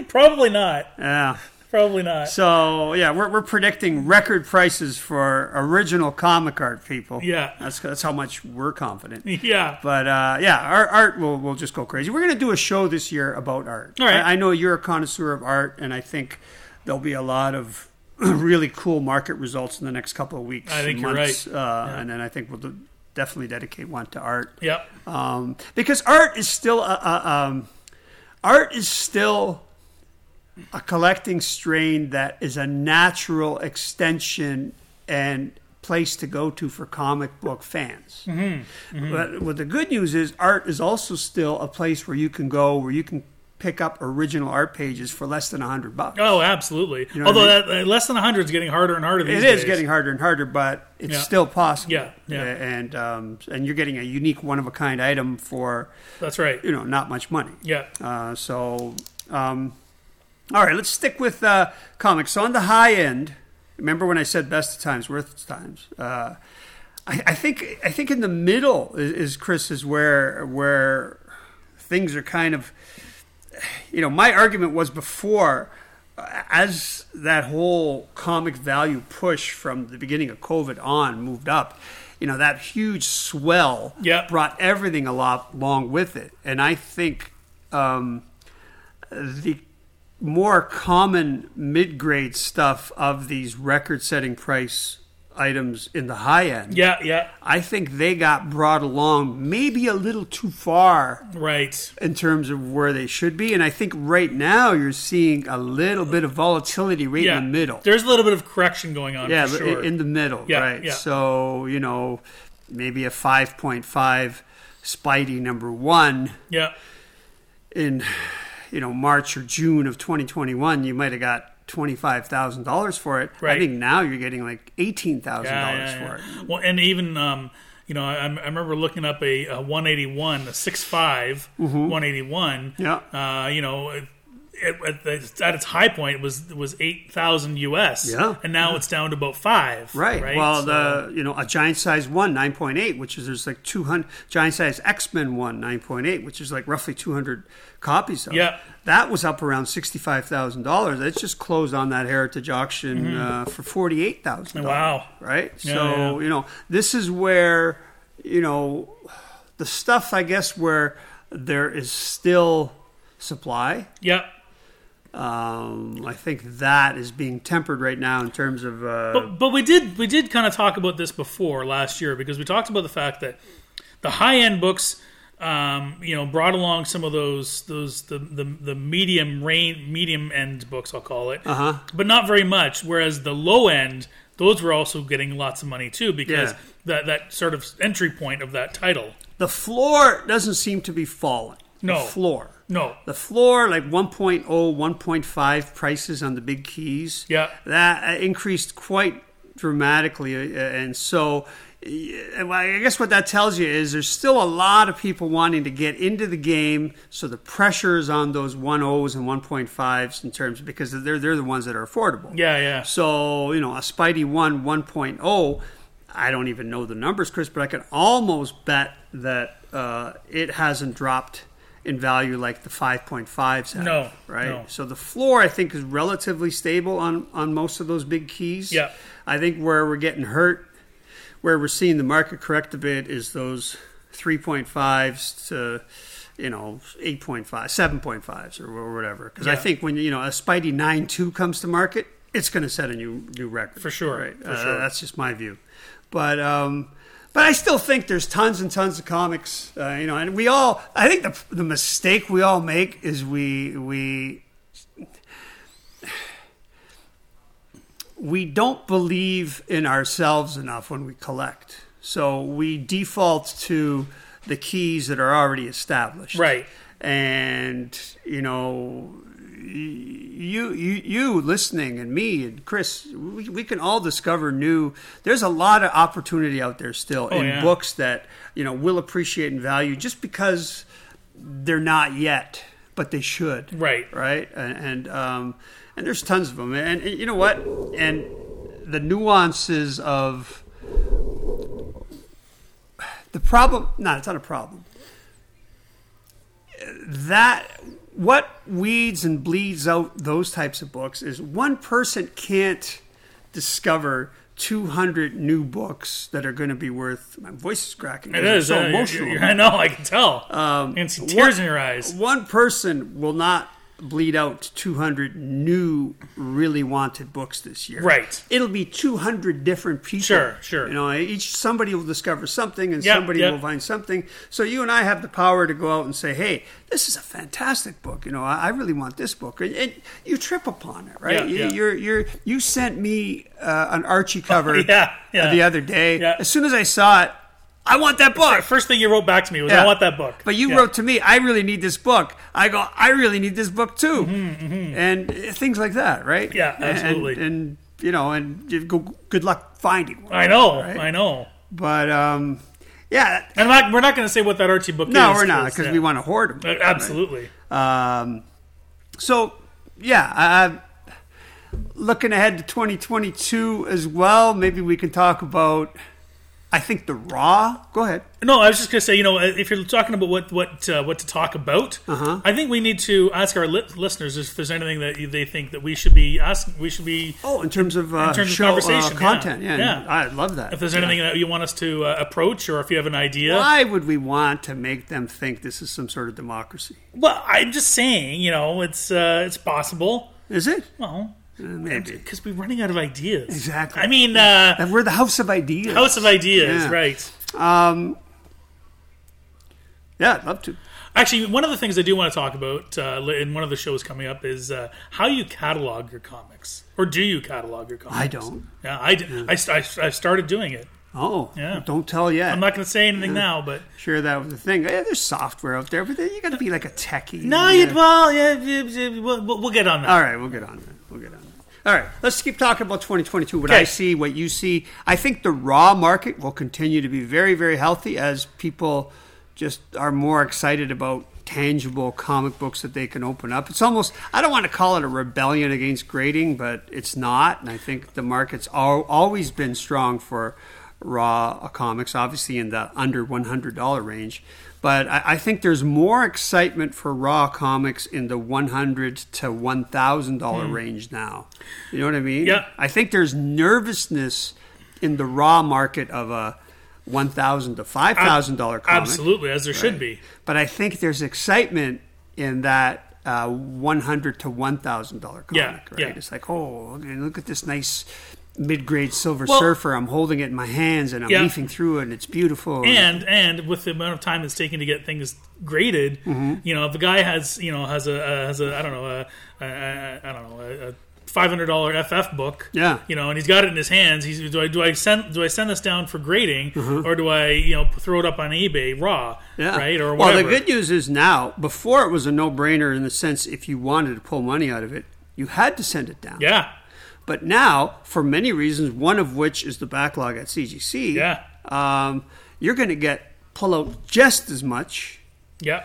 Speaker 2: Probably not.
Speaker 1: Yeah.
Speaker 2: Probably not.
Speaker 1: So, yeah, we're, we're predicting record prices for original comic art, people.
Speaker 2: Yeah.
Speaker 1: That's, that's how much we're confident.
Speaker 2: [laughs] Yeah.
Speaker 1: But uh, yeah, our art will will just go crazy. We're going to do a show this year about art.
Speaker 2: All right.
Speaker 1: I, I know you're a connoisseur of art, and I think there'll be a lot of [clears throat] really cool market results in the next couple of weeks.
Speaker 2: I
Speaker 1: and
Speaker 2: think you're
Speaker 1: months, Uh, And then I think we'll do, definitely dedicate one to art
Speaker 2: Yep.
Speaker 1: um, because art is still a, a um, art is still a collecting strain that is a natural extension and place to go to for comic book fans.
Speaker 2: Mm-hmm.
Speaker 1: But what the good news is, art is also still a place where you can go where you can pick up original art pages for less than a hundred bucks.
Speaker 2: Oh, absolutely.
Speaker 1: know what
Speaker 2: Although
Speaker 1: I
Speaker 2: that, uh, less than hundred is getting harder and harder. These
Speaker 1: It is
Speaker 2: days.
Speaker 1: getting harder and harder, but it's
Speaker 2: Yeah.
Speaker 1: still possible.
Speaker 2: Yeah, yeah.
Speaker 1: and um, and you're getting a unique, one of a kind item for
Speaker 2: That's right.
Speaker 1: you know not much money.
Speaker 2: Yeah.
Speaker 1: Uh, so, um, all right, let's stick with uh, comics. So on the high end, remember when I said best of times, worst of times. Uh, I, I think I think in the middle is, is Chris is where where things are kind of. You know, my argument was before, uh, as that whole comic value push from the beginning of COVID on moved up. You know, that huge swell
Speaker 2: Yep.
Speaker 1: brought everything a lot along with it, and I think um, the more common mid-grade stuff of these record-setting price items in the high end.
Speaker 2: Yeah, yeah,
Speaker 1: I think they got brought along maybe a little too far
Speaker 2: right.
Speaker 1: in terms of where they should be. And I think right now you're seeing a little bit of volatility right
Speaker 2: Yeah,
Speaker 1: in the middle.
Speaker 2: There's a little bit of correction going on.
Speaker 1: yeah,
Speaker 2: for
Speaker 1: li-
Speaker 2: sure.
Speaker 1: in the middle,
Speaker 2: Yeah,
Speaker 1: right?
Speaker 2: yeah.
Speaker 1: So, you know, maybe a 5.5 Spidey number one
Speaker 2: yeah,
Speaker 1: in, you know, March or June of 2021, you might have got $25,000 for it. I
Speaker 2: Right.
Speaker 1: think now you're getting like $18,000
Speaker 2: yeah, yeah,
Speaker 1: for it.
Speaker 2: yeah. Well, and even um, you know, I, I remember looking up a, a 181, a 65, 181.
Speaker 1: Mm-hmm. Yeah.
Speaker 2: Uh, you know, it, it, at, the, at its high point it was it was 8,000 US.
Speaker 1: Yeah.
Speaker 2: And now it's down to about five.
Speaker 1: Right.
Speaker 2: right?
Speaker 1: Well,
Speaker 2: So-
Speaker 1: the you know a giant size one nine point eight, which is there's like two hundred giant size X Men one nine point eight, which is like roughly two hundred copies of.
Speaker 2: Yeah.
Speaker 1: That was up around sixty five thousand dollars. It's just closed on that heritage auction uh, for forty eight thousand.
Speaker 2: Mm-hmm. Wow.
Speaker 1: Right.
Speaker 2: Yeah,
Speaker 1: so
Speaker 2: yeah.
Speaker 1: you know this is where you know the stuff I guess where there is still supply.
Speaker 2: Yeah.
Speaker 1: Um, I think that is being tempered right now in terms of. Uh,
Speaker 2: But, but we did we did kind of talk about this before last year because we talked about the fact that the high end books, um, you know, brought along some of those those the the, the medium range medium end books I'll call it, uh-huh. but not very much. Whereas the low end, those were also getting lots of money too because
Speaker 1: Yeah.
Speaker 2: that that sort of entry point of that title.
Speaker 1: The floor doesn't seem to be falling.
Speaker 2: No.
Speaker 1: The floor.
Speaker 2: No,
Speaker 1: The floor, like oh, 1.0, 1.5 prices on the big keys.
Speaker 2: Yeah.
Speaker 1: That uh, increased quite dramatically. uh, And so uh, and I guess what that tells you is there's still a lot of people wanting to get into the game. So the pressure is on those 1.0s and 1.5s in terms because they're, they're the ones that are affordable.
Speaker 2: yeah, yeah,
Speaker 1: So, you know, a Spidey 1 1.0, oh, I don't even know the numbers, Chris, but I can almost bet that uh, it hasn't dropped in value like the 5.5s have.
Speaker 2: No,
Speaker 1: Right?
Speaker 2: no.
Speaker 1: So the floor, I think, is relatively stable on, on most of those big keys.
Speaker 2: Yeah.
Speaker 1: I think where we're getting hurt, where we're seeing the market correct a bit, is those 3.5s to. You know, 8.5, 7.5s or whatever. Because I
Speaker 2: Yeah.
Speaker 1: think when, you know, a Spidey 9.2 comes to market, it's going to set a new new record.
Speaker 2: For sure,
Speaker 1: Right?
Speaker 2: for
Speaker 1: Uh,
Speaker 2: sure.
Speaker 1: That's just my view. But, um, but I still think there's tons and tons of comics, uh, you know, and we all, I think the, the mistake we all make is we, we we don't believe in ourselves enough when we collect. So we default to the keys that are already established.
Speaker 2: Right.
Speaker 1: And you know you you you listening and me and Chris we, we can all discover new there's a lot of opportunity out there still in
Speaker 2: Oh, yeah.
Speaker 1: books that you know will appreciate and value just because they're not yet but they should
Speaker 2: right.
Speaker 1: right? And and, um, and there's tons of them. And, and you know what? And the nuances of the problem. No, it's not a problem. That what weeds and bleeds out those types of books is one person can't discover. 200 new books that are going to be worth my voice is cracking 'cause
Speaker 2: It
Speaker 1: I'm
Speaker 2: is
Speaker 1: so
Speaker 2: uh, you're-
Speaker 1: emotional
Speaker 2: you're- I know, I can tell. Um, and see tears in your eyes.
Speaker 1: one person will not bleed out 200 new really wanted books this year
Speaker 2: Right.
Speaker 1: it'll be 200 different people
Speaker 2: Sure, sure.
Speaker 1: you know each somebody will discover something and
Speaker 2: Yep,
Speaker 1: somebody
Speaker 2: yep.
Speaker 1: will find something so you and i have the power to go out and say hey this is a fantastic book you know i, I really want this book and, and you trip upon it right
Speaker 2: Yeah,
Speaker 1: you,
Speaker 2: yeah.
Speaker 1: you're you're you sent me uh, an archie cover
Speaker 2: [laughs] Yeah, yeah.
Speaker 1: the other day
Speaker 2: Yeah.
Speaker 1: as soon as i saw it i want that book
Speaker 2: First thing you wrote back to me was,
Speaker 1: yeah.
Speaker 2: "I want that book."
Speaker 1: But you
Speaker 2: Yeah.
Speaker 1: wrote to me, I really need this book. I go, I really need this book too. And uh, things like that, right?
Speaker 2: Mm-hmm, Yeah,
Speaker 1: And-
Speaker 2: absolutely. Uh,
Speaker 1: And, and, you know, and you go, good luck finding one.
Speaker 2: I know,
Speaker 1: Right?
Speaker 2: I know.
Speaker 1: But um, yeah,
Speaker 2: And I'm not, we're not going to say what that Archie book
Speaker 1: no,
Speaker 2: is.
Speaker 1: we're not because
Speaker 2: yeah.
Speaker 1: we want to hoard
Speaker 2: Uh,
Speaker 1: them.
Speaker 2: Absolutely.
Speaker 1: Um, so yeah, I, I'm looking ahead to 2022 as well. Maybe we can talk about. I think the raw. Go ahead.
Speaker 2: No, I was just going to say, you know, uh, if you're talking about what what uh, what to talk about, uh-huh. I think we need to ask our li- listeners if there's anything that they think that we should be asking. We should be
Speaker 1: Oh, in terms of uh,
Speaker 2: terms of
Speaker 1: show uh,
Speaker 2: conversation, yeah.
Speaker 1: content, yeah,
Speaker 2: Yeah.
Speaker 1: I love that.
Speaker 2: if there's anything that you want us to uh, approach, or if you have an idea.
Speaker 1: Why would we want to make them think this is some sort of democracy?
Speaker 2: Well, I'm just saying, you know, it's uh, it's possible.
Speaker 1: Is it?
Speaker 2: Well,
Speaker 1: maybe.
Speaker 2: Because we're running out of ideas.
Speaker 1: Exactly.
Speaker 2: I mean, uh,
Speaker 1: And we're the house of ideas.
Speaker 2: house of ideas,
Speaker 1: Yeah. Um,
Speaker 2: right?
Speaker 1: Yeah, I'd love to.
Speaker 2: Actually, one of the things I do want to talk about uh, li- in one of the shows coming up is uh, how you catalog your comics, or do you catalog your comics?
Speaker 1: I don't.
Speaker 2: Yeah, I d- I st- I, I started doing it.
Speaker 1: Oh,
Speaker 2: Yeah.
Speaker 1: don't tell yet.
Speaker 2: I'm not going to say anything now, but
Speaker 1: sure that was the thing. Yeah, there's software out there, but then you got to be like a techie.
Speaker 2: no,
Speaker 1: Yeah. Uh,
Speaker 2: you well, yeah, yeah, yeah, we'll, we'll we'll get on that.
Speaker 1: All right, we'll get on that. We'll get on that. All right, let's keep talking about 2022. What I
Speaker 2: Okay.
Speaker 1: see, what you see. I think the raw market will continue to be very, very healthy as people just are more excited about tangible comic books that they can open up. It's almost, I don't want to call it a rebellion against grading, but it's not. And I think the market's al- always been strong for raw uh, comics, obviously in the under $100 range. But I, I think there's more excitement for raw comics in the $100 to $1,000 range now. You know what I mean?
Speaker 2: Yeah.
Speaker 1: I think there's nervousness in the raw market of a $1,000 to $5,000 comic.
Speaker 2: Absolutely, as there should be.
Speaker 1: But I think there's excitement in that uh, 100 to $1,000 comic,
Speaker 2: Yeah,
Speaker 1: right?
Speaker 2: yeah.
Speaker 1: It's like, oh, look- look at this nice mid-grade Silver
Speaker 2: Well-
Speaker 1: Surfer. I'm holding it in my hands and I'm
Speaker 2: Yeah.
Speaker 1: leafing through it and it's beautiful.
Speaker 2: and and with the amount of time it's taking to get things graded,
Speaker 1: Mm-hmm.
Speaker 2: you know, if a guy has you know has a, a has a I don't know a, a, a I don't know a, a five hundred dollar FF book,
Speaker 1: Yeah.
Speaker 2: you know, and he's got it in his hands. He's do I do I send do I send this down for grading or do I you know throw it up on eBay raw,
Speaker 1: Mm-hmm. Yeah.
Speaker 2: right or
Speaker 1: well,
Speaker 2: whatever?
Speaker 1: the good news is now, before it was a no-brainer in the sense if you wanted to pull money out of it, you had to send it down.
Speaker 2: yeah,
Speaker 1: But now, for many reasons, one of which is the backlog at CGC,
Speaker 2: Yeah.
Speaker 1: um, you're going to get pull out just as much
Speaker 2: yeah,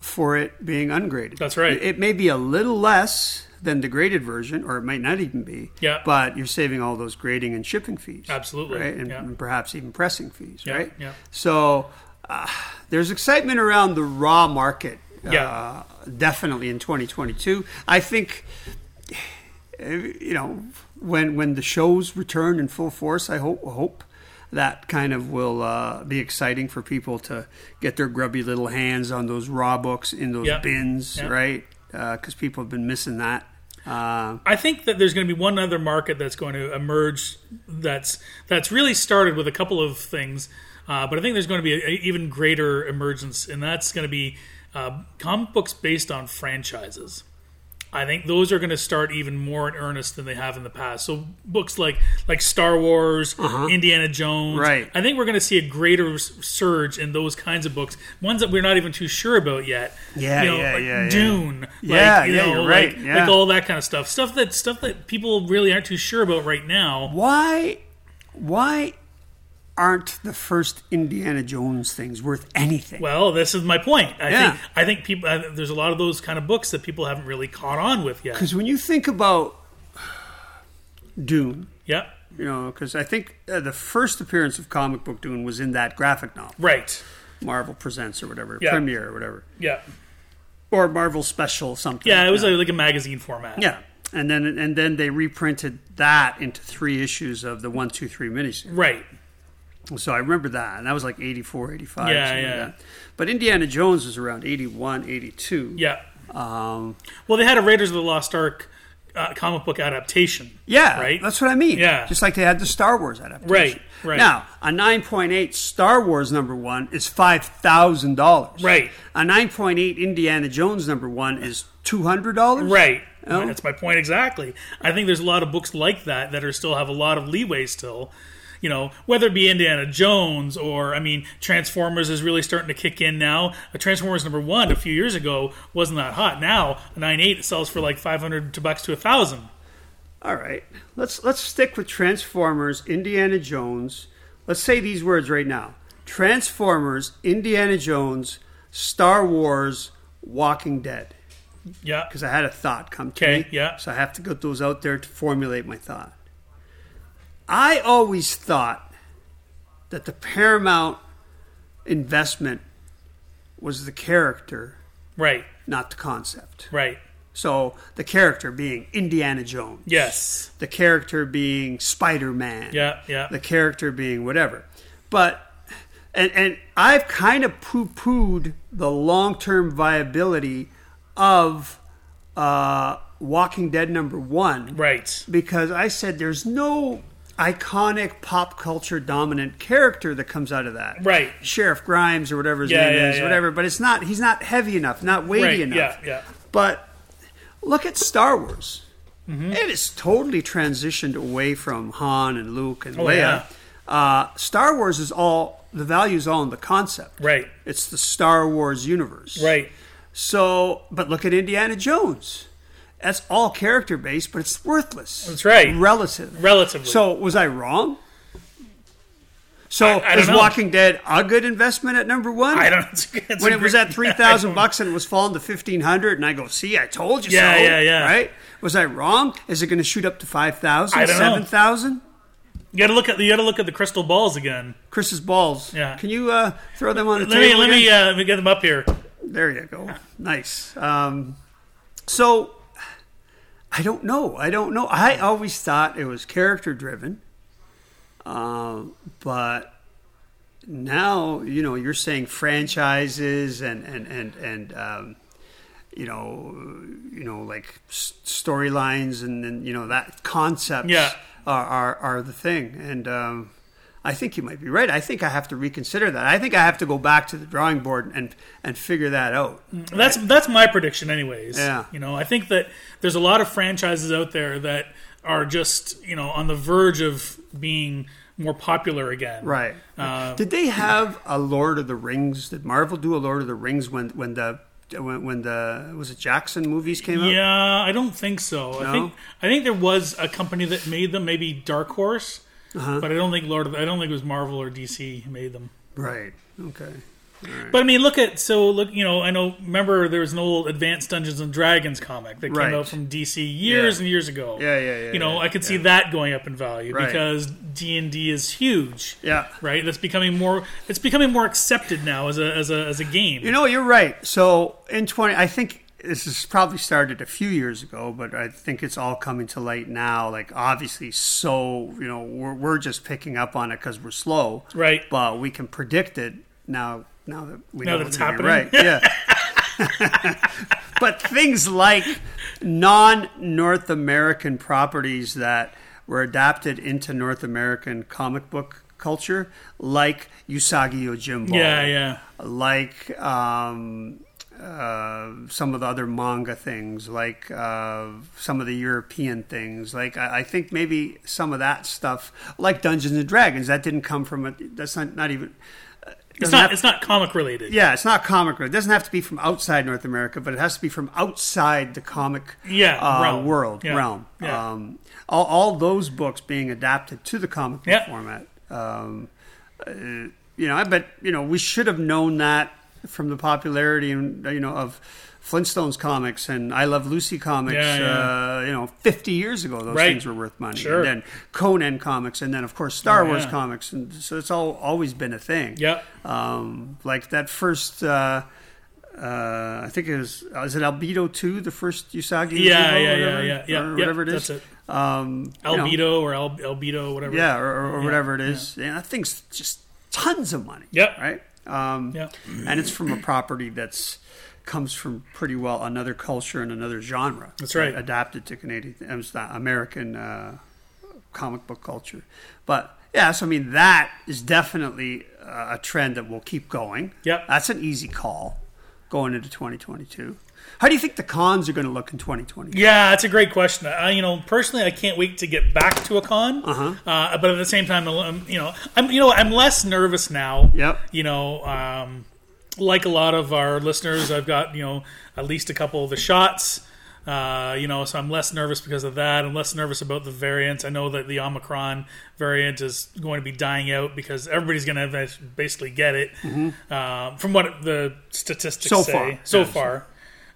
Speaker 1: for it being ungraded.
Speaker 2: That's right.
Speaker 1: It may be a little less than the graded version, or it might not even be.
Speaker 2: Yeah.
Speaker 1: But you're saving all those grading and shipping fees.
Speaker 2: Absolutely,
Speaker 1: Right? And,
Speaker 2: yeah.
Speaker 1: and perhaps even pressing fees, right?
Speaker 2: yeah.
Speaker 1: So uh, there's excitement around the raw market.
Speaker 2: Yeah.
Speaker 1: Uh, definitely in 2022. I think, eh, you know, when when the shows return in full force, I hope hope that kind of will uh, be exciting for people to get their grubby little hands on those raw books in those
Speaker 2: Yeah.
Speaker 1: bins,
Speaker 2: Yeah.
Speaker 1: right? Because people have been missing that. Uh,
Speaker 2: I think that there's going to be one other market that's going to emerge that's that's really started with a couple of things, uh, but I think there's going to be an even greater emergence, and that's going to be uh, comic books based on franchises. I think those are going to start even more in earnest than they have in the past. So books like like Star Wars, Indiana Jones,
Speaker 1: Uh-huh. Right.
Speaker 2: I think we're going to see a greater s- surge in those kinds of books, ones that we're not even too sure about yet.
Speaker 1: Yeah,
Speaker 2: you know,
Speaker 1: yeah,
Speaker 2: like
Speaker 1: yeah, yeah.
Speaker 2: Dune,
Speaker 1: Yeah,
Speaker 2: like, you
Speaker 1: yeah,
Speaker 2: know,
Speaker 1: you're right,
Speaker 2: like-
Speaker 1: yeah.
Speaker 2: like all that kind of stuff. Stuff that stuff that people really aren't too sure about right now.
Speaker 1: why, why aren't the first Indiana Jones things worth anything?
Speaker 2: Well, this is my point. I
Speaker 1: Yeah.
Speaker 2: think I think people I, think there's a lot of those kind of books that people haven't really caught on with yet.
Speaker 1: Because when you think about Dune,
Speaker 2: Yep.
Speaker 1: you know, because I think uh, the first appearance of comic book Dune was in that graphic novel,
Speaker 2: Right.
Speaker 1: Marvel Presents or whatever,
Speaker 2: Yeah.
Speaker 1: Premiere or whatever,
Speaker 2: Yeah.
Speaker 1: or Marvel Special something.
Speaker 2: Yeah, it was Like, like a magazine format.
Speaker 1: yeah. And then and then they reprinted that into three issues of the one two three miniseries.
Speaker 2: Right.
Speaker 1: So I remember that, and that was like 84, 85.
Speaker 2: Yeah,
Speaker 1: something
Speaker 2: yeah.
Speaker 1: Like that. But Indiana Jones was around 81, 82.
Speaker 2: Yeah.
Speaker 1: Um,
Speaker 2: Well, they had a Raiders of the Lost Ark uh, comic book adaptation.
Speaker 1: Yeah,
Speaker 2: Right?
Speaker 1: That's what I mean.
Speaker 2: Yeah.
Speaker 1: just like they had the Star Wars adaptation.
Speaker 2: Right, right.
Speaker 1: Now a nine point eight Star Wars number one is five thousand dollars.
Speaker 2: Right.
Speaker 1: A nine point eight Indiana Jones number one is two hundred dollars.
Speaker 2: Right.
Speaker 1: Oh.
Speaker 2: That's my point exactly. I think there's a lot of books like that that are still have a lot of leeway still. You know, whether it be Indiana Jones or I mean, Transformers is really starting to kick in now. A Transformers number one a few years ago wasn't that hot. Now a nine eight sells for like five hundred to bucks to a thousand.
Speaker 1: All right. Let's let's stick with Transformers, Indiana Jones. Let's say these words right now: Transformers, Indiana Jones, Star Wars, Walking Dead.
Speaker 2: Yeah.
Speaker 1: because I had a thought come to
Speaker 2: Okay,
Speaker 1: me.
Speaker 2: yeah.
Speaker 1: So I have to get those out there to formulate my thought. I always thought that the paramount investment was the character,
Speaker 2: Right.
Speaker 1: not the concept.
Speaker 2: Right.
Speaker 1: So the character being Indiana Jones.
Speaker 2: Yes.
Speaker 1: The character being Spider Man
Speaker 2: Yeah. Yeah.
Speaker 1: the character being whatever. But and and I've kind of poo pooed the long term viability of uh, Walking Dead number one
Speaker 2: Right.
Speaker 1: because I said there's no iconic pop culture dominant character that comes out of that.
Speaker 2: Right.
Speaker 1: Sheriff Grimes or whatever his
Speaker 2: Yeah,
Speaker 1: name
Speaker 2: yeah,
Speaker 1: is,
Speaker 2: yeah.
Speaker 1: whatever, but it's not he's not heavy enough, not weighty
Speaker 2: Right.
Speaker 1: enough.
Speaker 2: Yeah. Yeah.
Speaker 1: But look at Star Wars.
Speaker 2: Mm-hmm.
Speaker 1: It is totally transitioned away from Han and Luke and
Speaker 2: Oh, yeah.
Speaker 1: Leia. Uh, Star Wars is all the value is all in the concept.
Speaker 2: Right.
Speaker 1: It's the Star Wars universe.
Speaker 2: Right.
Speaker 1: So, but look at Indiana Jones. That's all character based, but it's worthless.
Speaker 2: That's right.
Speaker 1: Relative.
Speaker 2: Relatively.
Speaker 1: So, was I wrong? So,
Speaker 2: I- I don't
Speaker 1: is
Speaker 2: know.
Speaker 1: Walking Dead a good investment at number one?
Speaker 2: [laughs] I don't. [laughs] It's, it's
Speaker 1: when
Speaker 2: a
Speaker 1: it was
Speaker 2: great-
Speaker 1: at three
Speaker 2: [laughs]
Speaker 1: thousand bucks and it was falling to fifteen hundred, and I go, "See, I told you
Speaker 2: Yeah,
Speaker 1: so."
Speaker 2: yeah, yeah.
Speaker 1: Right? Was I wrong? Is it going to shoot up to five thousand,
Speaker 2: I don't know.
Speaker 1: seven thousand?
Speaker 2: You got to look at you got to look at the crystal balls again.
Speaker 1: Chris's balls.
Speaker 2: Yeah.
Speaker 1: Can you uh, throw them on the
Speaker 2: Let me
Speaker 1: table?
Speaker 2: let
Speaker 1: again?
Speaker 2: me uh, let me get them up here.
Speaker 1: There you go. Nice. Um, so I don't know. I don't know. I always thought it was character driven, um, but now you know you're saying franchises and and and and um, you know you know like s- storylines and then you know that concepts
Speaker 2: Yeah.
Speaker 1: are, are are the thing and. Um, I think you might be right. I think I have to reconsider that. I think I have to go back to the drawing board and and figure that out.
Speaker 2: That's that's my prediction, anyways.
Speaker 1: Yeah.
Speaker 2: You know, I think that there's a lot of franchises out there that are just you know on the verge of being more popular again.
Speaker 1: Right.
Speaker 2: Uh,
Speaker 1: Did they have a Lord of the Rings? Did Marvel do a Lord of the Rings when when the when, when the was it Jackson movies came out?
Speaker 2: Yeah, I don't think so. I
Speaker 1: No?
Speaker 2: think I think there was a company that made them, maybe Dark Horse,
Speaker 1: Uh-huh.
Speaker 2: but I don't think Lord of I don't think it was Marvel or DC who made them.
Speaker 1: Right. Okay.
Speaker 2: But I mean, look at so look. You know, I know. Remember, there was an old Advanced Dungeons and Dragons comic that
Speaker 1: Right.
Speaker 2: came out from DC years
Speaker 1: Yeah.
Speaker 2: and years ago.
Speaker 1: Yeah, yeah, yeah,
Speaker 2: You know,
Speaker 1: yeah,
Speaker 2: I could see that going up in value
Speaker 1: Right.
Speaker 2: because D and D is huge.
Speaker 1: Yeah.
Speaker 2: Right. That's becoming more. It's becoming more accepted now as a as a as a game.
Speaker 1: You know, you're right. So in 20, I think this is probably started a few years ago, but I think it's all coming to light now. Like obviously, so you know, we're we're just picking up on it because we're slow,
Speaker 2: Right.
Speaker 1: But we can predict it now. Now that we
Speaker 2: Now
Speaker 1: know
Speaker 2: that it's
Speaker 1: we're gonna be
Speaker 2: happening.
Speaker 1: right? Yeah.
Speaker 2: [laughs]
Speaker 1: but things like non-North American properties that were adapted into North American comic book culture, like Usagi Yojimbo
Speaker 2: yeah. Yeah.
Speaker 1: like um, uh, some of the other manga things, like uh, some of the European things. Like I, I think maybe some of that stuff, like Dungeons and Dragons, that didn't come from a. That's not not even. uh,
Speaker 2: It's not. It's not comic related.
Speaker 1: Yeah, it's not comic. It doesn't have to be from outside North America, but it has to be from outside the comic
Speaker 2: Yeah,
Speaker 1: uh,
Speaker 2: realm.
Speaker 1: world
Speaker 2: Yeah,
Speaker 1: realm.
Speaker 2: yeah.
Speaker 1: Um, all, all those books being adapted to the comic book
Speaker 2: Yeah.
Speaker 1: format. Um, uh, you know, but you know, we should have known that from the popularity and uh, you know of Flintstones comics and I Love Lucy comics.
Speaker 2: Yeah, yeah.
Speaker 1: Uh, you know, fifty years ago, those
Speaker 2: Right.
Speaker 1: things were worth money.
Speaker 2: Sure.
Speaker 1: And then Conan comics, and then of course Star
Speaker 2: Oh,
Speaker 1: Wars
Speaker 2: yeah.
Speaker 1: comics, and so it's all always been a thing
Speaker 2: Yeah.
Speaker 1: um, like that first. Uh, uh, I think it was is it Albedo two the first Usagi Ujibo,
Speaker 2: Yeah, yeah, yeah,
Speaker 1: whatever,
Speaker 2: yeah, yeah,
Speaker 1: or
Speaker 2: yeah,
Speaker 1: whatever it is
Speaker 2: That's it.
Speaker 1: um you know,
Speaker 2: Albedo or Al, Albedo, whatever.
Speaker 1: yeah or, or- or whatever it is yeah. that thing's just tons of money
Speaker 2: Yep.
Speaker 1: right um
Speaker 2: Yeah.
Speaker 1: and it's from a property that's comes from pretty well another culture and another genre
Speaker 2: That's right.
Speaker 1: adapted to Canadian I'm sorry, American uh, comic book culture but yeah so I mean that is definitely uh, a trend that will keep going
Speaker 2: Yep.
Speaker 1: that's an easy call going into 2022 how do you think the cons are going to look in 2020
Speaker 2: Yeah, it's a great question. I, you know, personally, I can't wait to get back to a con. Uh-huh. but at the same time, I'm, you know, I'm you know I'm less nervous now.
Speaker 1: Yep.
Speaker 2: You know, um, like a lot of our listeners, I've got you know at least a couple of the shots. Uh, you know, so I'm less nervous because of that. I'm less nervous about the variants. I know that the Omicron variant is going to be dying out because everybody's going to basically get it. Uh, from what the statistics
Speaker 1: Mm-hmm. So
Speaker 2: say
Speaker 1: far.
Speaker 2: so
Speaker 1: Yeah.
Speaker 2: far.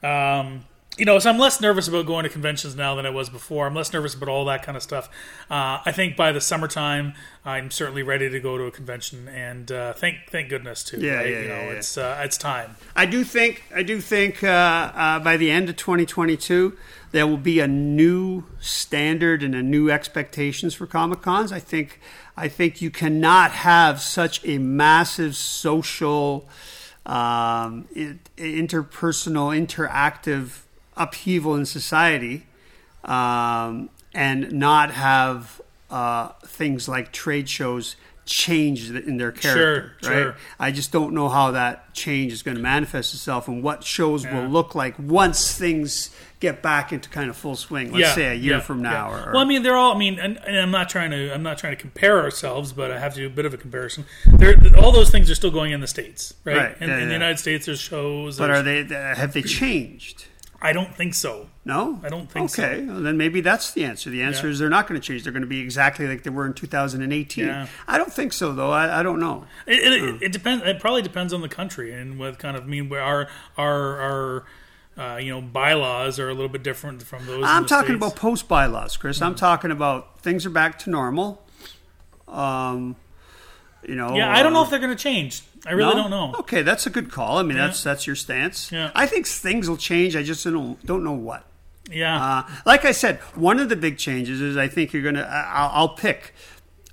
Speaker 2: Um, you know, so I'm less nervous about going to conventions now than I was before. I'm less nervous about all that kind of stuff. Uh, I think by the summertime, I'm certainly ready to go to a convention, and uh, thank thank goodness too.
Speaker 1: Yeah,
Speaker 2: right?
Speaker 1: yeah,
Speaker 2: you know,
Speaker 1: yeah, yeah.
Speaker 2: it's uh, it's time.
Speaker 1: I do think I do think uh, uh, by the end of 2022 there will be a new standard and a new expectations for comic cons. I think I think you cannot have such a massive social, um, in- interpersonal, interactive upheaval in society um, and not have uh, things like trade shows change th- in their character.
Speaker 2: Sure,
Speaker 1: right?
Speaker 2: sure.
Speaker 1: I just don't know how that change is going to manifest itself and what shows will look like once things get back into kind of full swing. Let's
Speaker 2: Yeah,
Speaker 1: say a year
Speaker 2: yeah,
Speaker 1: from
Speaker 2: yeah.
Speaker 1: now. Or,
Speaker 2: well, I mean, they're all. I mean, and, and I'm not trying to. I'm not trying to compare ourselves, but I have to do a bit of a comparison. They're, all those things are still going in the states, right?
Speaker 1: Right,
Speaker 2: In,
Speaker 1: yeah,
Speaker 2: in
Speaker 1: yeah.
Speaker 2: the United States, there's shows.
Speaker 1: but
Speaker 2: there's-
Speaker 1: are they? th- Have they changed?
Speaker 2: I don't think so.
Speaker 1: No,
Speaker 2: I don't think so.
Speaker 1: Okay, well, then maybe that's the answer. The answer
Speaker 2: Yeah.
Speaker 1: is they're not going to change. They're going to be exactly like they were in 2018.
Speaker 2: Yeah.
Speaker 1: I don't think so, though. I, I don't know.
Speaker 2: It,
Speaker 1: Hmm.
Speaker 2: it, it depends. It probably depends on the country and what kind of. I mean, where our our our uh, you know bylaws are a little bit different from those. in
Speaker 1: I'm
Speaker 2: the
Speaker 1: talking
Speaker 2: States.
Speaker 1: about post bylaws, Chris. I'm talking about things are back to normal. Um, you know.
Speaker 2: Yeah, I don't know
Speaker 1: uh,
Speaker 2: if they're going to change. I really
Speaker 1: no?
Speaker 2: don't know.
Speaker 1: Okay, that's a good call. I mean, that's that's your stance.
Speaker 2: Yeah.
Speaker 1: I think things will change. I just don't don't know what.
Speaker 2: Yeah.
Speaker 1: Uh, like I said, one of the big changes is I think you're gonna. I- I'll, I'll pick.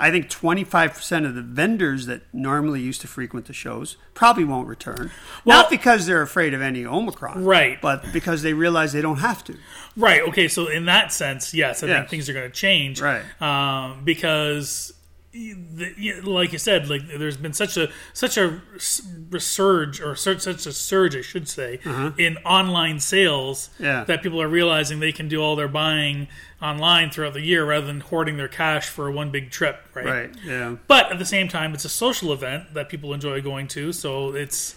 Speaker 1: I think 25% of the vendors that normally used to frequent the shows probably won't return. Not because they're afraid of any Omicron.
Speaker 2: Right.
Speaker 1: But because they realize they don't have to.
Speaker 2: Right. Okay. So in that sense, yes, I
Speaker 1: Yes.
Speaker 2: think things are going to change.
Speaker 1: Right.
Speaker 2: Um, because, y- the, y- like you said, like there's been such a such a s- resurge or such such a surge, I should say, in online sales
Speaker 1: Uh-huh. Yeah.
Speaker 2: that people are realizing they can do all their buying online throughout the year rather than hoarding their cash for one big trip. Right.
Speaker 1: Right. Yeah.
Speaker 2: But at the same time, it's a social event that people enjoy going to, so it's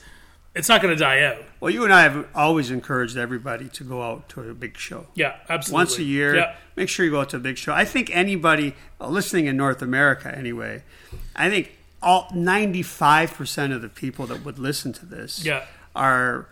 Speaker 2: it's not going to die out.
Speaker 1: Well, you and I have always encouraged everybody to go out to a big show.
Speaker 2: Yeah. Absolutely.
Speaker 1: Once a year,
Speaker 2: Yeah.
Speaker 1: make sure you go out to a big show. I think anybody uh, listening in North America, anyway, I think all 95% of the people that would listen to this
Speaker 2: Yeah.
Speaker 1: are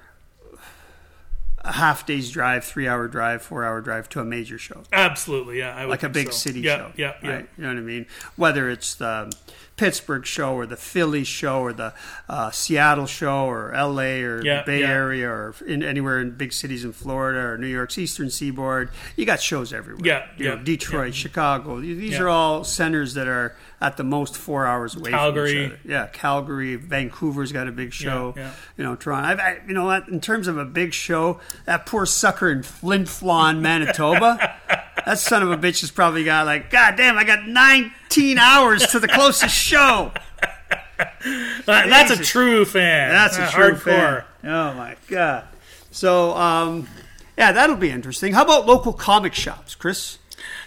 Speaker 1: a half day's drive, three hour drive, four hour drive to a major show,
Speaker 2: Absolutely. Yeah. I would
Speaker 1: like a
Speaker 2: think
Speaker 1: big
Speaker 2: so.
Speaker 1: city
Speaker 2: Yeah,
Speaker 1: show.
Speaker 2: Yeah. Yeah.
Speaker 1: right? You know what I mean? Whether it's the Pittsburgh show or the Philly show or the uh, Seattle show or LA or
Speaker 2: Yeah,
Speaker 1: the Bay
Speaker 2: yeah.
Speaker 1: Area or in, anywhere in big cities in Florida or New York's Eastern Seaboard, you got shows everywhere.
Speaker 2: Yeah,
Speaker 1: You
Speaker 2: yeah,
Speaker 1: know, Detroit, Chicago. These these
Speaker 2: Yeah.
Speaker 1: are all centers that are at the most four hours away from
Speaker 2: Calgary.
Speaker 1: each other. Yeah, Calgary, Vancouver's got a big show.
Speaker 2: yeah.
Speaker 1: You know, Toronto. I've, I, you know what? In terms of a big show, that poor sucker in Flint Flon,
Speaker 2: [laughs]
Speaker 1: Manitoba. that son of a bitch has probably got like, God damn, I got 19 hours to the closest show.
Speaker 2: That- that's a
Speaker 1: Jesus.
Speaker 2: true fan.
Speaker 1: That's a
Speaker 2: Uh,
Speaker 1: true
Speaker 2: hardcore.
Speaker 1: fan. Oh my god. So, um, yeah, that'll be interesting. How about local comic shops, Chris?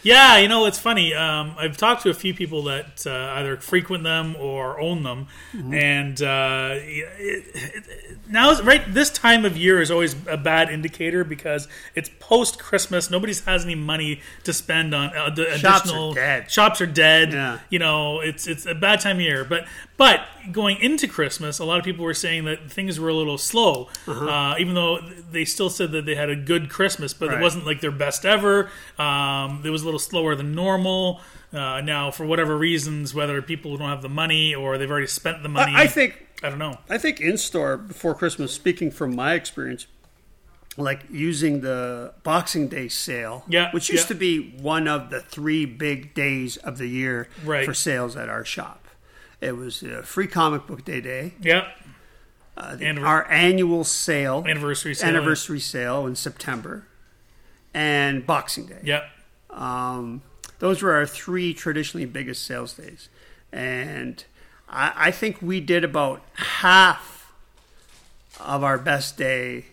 Speaker 2: Yeah, you know it's funny. Um, I've talked to a few people that uh, either frequent them or own them,
Speaker 1: Mm-hmm.
Speaker 2: and uh, it, it- it- now right this time of year is always a bad indicator because it's post Christmas. Nobody's has any money to spend on uh, the
Speaker 1: Shops are
Speaker 2: additional
Speaker 1: dead.
Speaker 2: shops are dead.
Speaker 1: Yeah.
Speaker 2: You know, it's it's a bad time of year. But but going into Christmas, a lot of people were saying that things were a little slow,
Speaker 1: Uh-huh.
Speaker 2: uh, even though they still said that they had a good Christmas, but
Speaker 1: Right.
Speaker 2: it wasn't like their best ever. Um, it was a little slower than normal. Uh, now, for whatever reasons, whether people don't have the money or they've already spent the money,
Speaker 1: I think
Speaker 2: I don't know.
Speaker 1: I think in store before Christmas, speaking from my experience, like using the Boxing Day sale,
Speaker 2: Yeah,
Speaker 1: which used
Speaker 2: yeah.
Speaker 1: to be one of the three big days of the year
Speaker 2: Right.
Speaker 1: for sales at our shop. It was uh, free comic book day day,
Speaker 2: Yeah,
Speaker 1: uh, the-
Speaker 2: Anniver-
Speaker 1: our annual sale,
Speaker 2: Anniversary sale,
Speaker 1: anniversary sale in September, and Boxing Day.
Speaker 2: yeah,
Speaker 1: Um, those were our three traditionally biggest sales days. And I, I think we did about half of our best day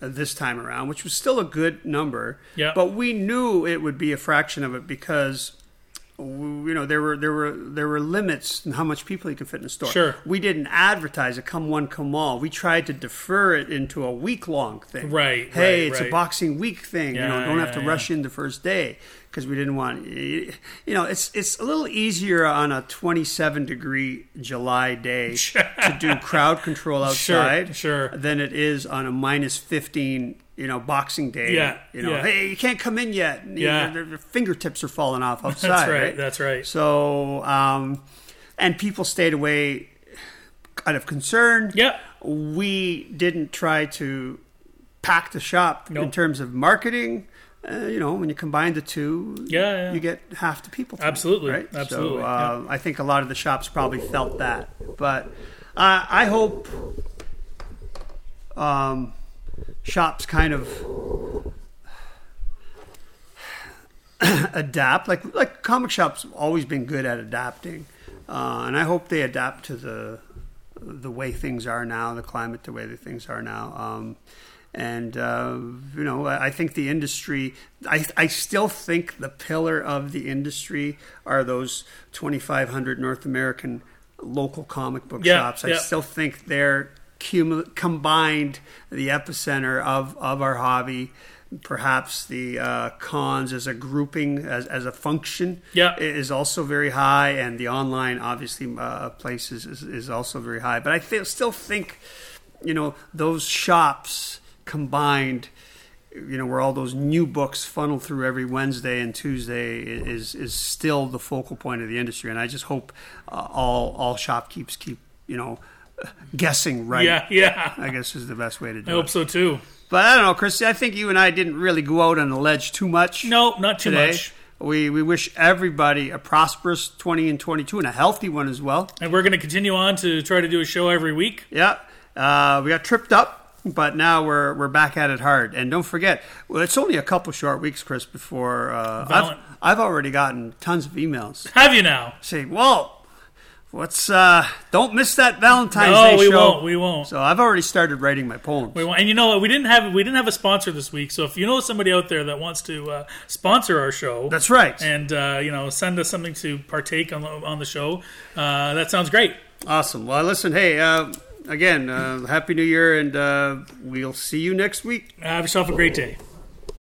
Speaker 1: this time around, which was still a good number.
Speaker 2: Yeah.
Speaker 1: But we knew it would be a fraction of it because w- you know there were there were there were limits in how much people you can fit in a store.
Speaker 2: Sure.
Speaker 1: We didn't advertise a come one come all. We tried to defer it into a week long thing.
Speaker 2: Right,
Speaker 1: Hey,
Speaker 2: right,
Speaker 1: it's a
Speaker 2: right.
Speaker 1: boxing week thing. you know,
Speaker 2: Yeah,
Speaker 1: don't have
Speaker 2: yeah,
Speaker 1: to
Speaker 2: yeah.
Speaker 1: rush in the first day because we didn't want you know it's it's a little easier on a 27 degree july
Speaker 2: [laughs]
Speaker 1: day to do crowd control outside
Speaker 2: sure.
Speaker 1: than it is on a minus 15 you know boxing day
Speaker 2: Yeah,
Speaker 1: you know
Speaker 2: yeah.
Speaker 1: hey you can't come in yet You know,
Speaker 2: Yeah.
Speaker 1: their, their fingertips are falling off outside
Speaker 2: [laughs] that's right,
Speaker 1: right
Speaker 2: that's right.
Speaker 1: so um and people stayed away out of concern
Speaker 2: Yeah.
Speaker 1: we didn't try to pack the shop in
Speaker 2: Nope.
Speaker 1: terms of marketing. Uh, you know, when you combine the two,
Speaker 2: Yeah, yeah.
Speaker 1: you get half the people. tonight,
Speaker 2: Absolutely,
Speaker 1: right?
Speaker 2: absolutely,
Speaker 1: So, uh, I think a lot of the shops probably felt that, but uh, I hope um, shops kind of adapt. Like like comic shops have always been good at adapting, uh, and I hope they adapt to the the way things are now, the climate, the way that things are now. Um, and uh, you know, I I think the industry. I I still think the pillar of the industry are those 2,500 North American local comic book
Speaker 2: Yeah,
Speaker 1: shops. I
Speaker 2: yeah.
Speaker 1: still think they're cumul- combined the epicenter of, of our hobby. Perhaps the uh, cons as a grouping, as, as a function,
Speaker 2: Yeah.
Speaker 1: i- is also very high, and the online obviously uh, places is, is also very high. But I thi- still think, you know, those shops combined, you know, where all those new books funnel through every Wednesday and Tuesday i- is is still the focal point of the industry, and I just hope uh, all all shopkeeps keep you know guessing right.
Speaker 2: Yeah, yeah.
Speaker 1: I guess is the best way to do
Speaker 2: I
Speaker 1: it.
Speaker 2: hope so too.
Speaker 1: But I don't know, Christy. I think you and I didn't really go out on a ledge too much
Speaker 2: No, not too
Speaker 1: today.
Speaker 2: much.
Speaker 1: We we wish everybody a prosperous 20 and 22 and a healthy one as well.
Speaker 2: And we're going to continue on to try to do a show every week.
Speaker 1: Yeah, uh, we got tripped up, but now we're we're back at it hard. And don't forget, well, it's only a couple short weeks, Chris. Before uh, I've
Speaker 2: Valen-
Speaker 1: I've already gotten tons of emails
Speaker 2: Have you now?
Speaker 1: saying, "Well, what's uh, don't miss that Valentine's
Speaker 2: No,
Speaker 1: Day
Speaker 2: Oh, we
Speaker 1: show."
Speaker 2: won't. We won't.
Speaker 1: So I've already started writing my poems.
Speaker 2: We won't. And you know what? We didn't have we didn't have a sponsor this week. So if you know somebody out there that wants to uh, sponsor our show,
Speaker 1: That's right.
Speaker 2: and uh, you know send us something to partake on the, on the show. Uh, that sounds great.
Speaker 1: Awesome. Well, listen, hey, uh, again, uh, happy New Year, and uh, we'll see you next week.
Speaker 2: Have yourself a great day.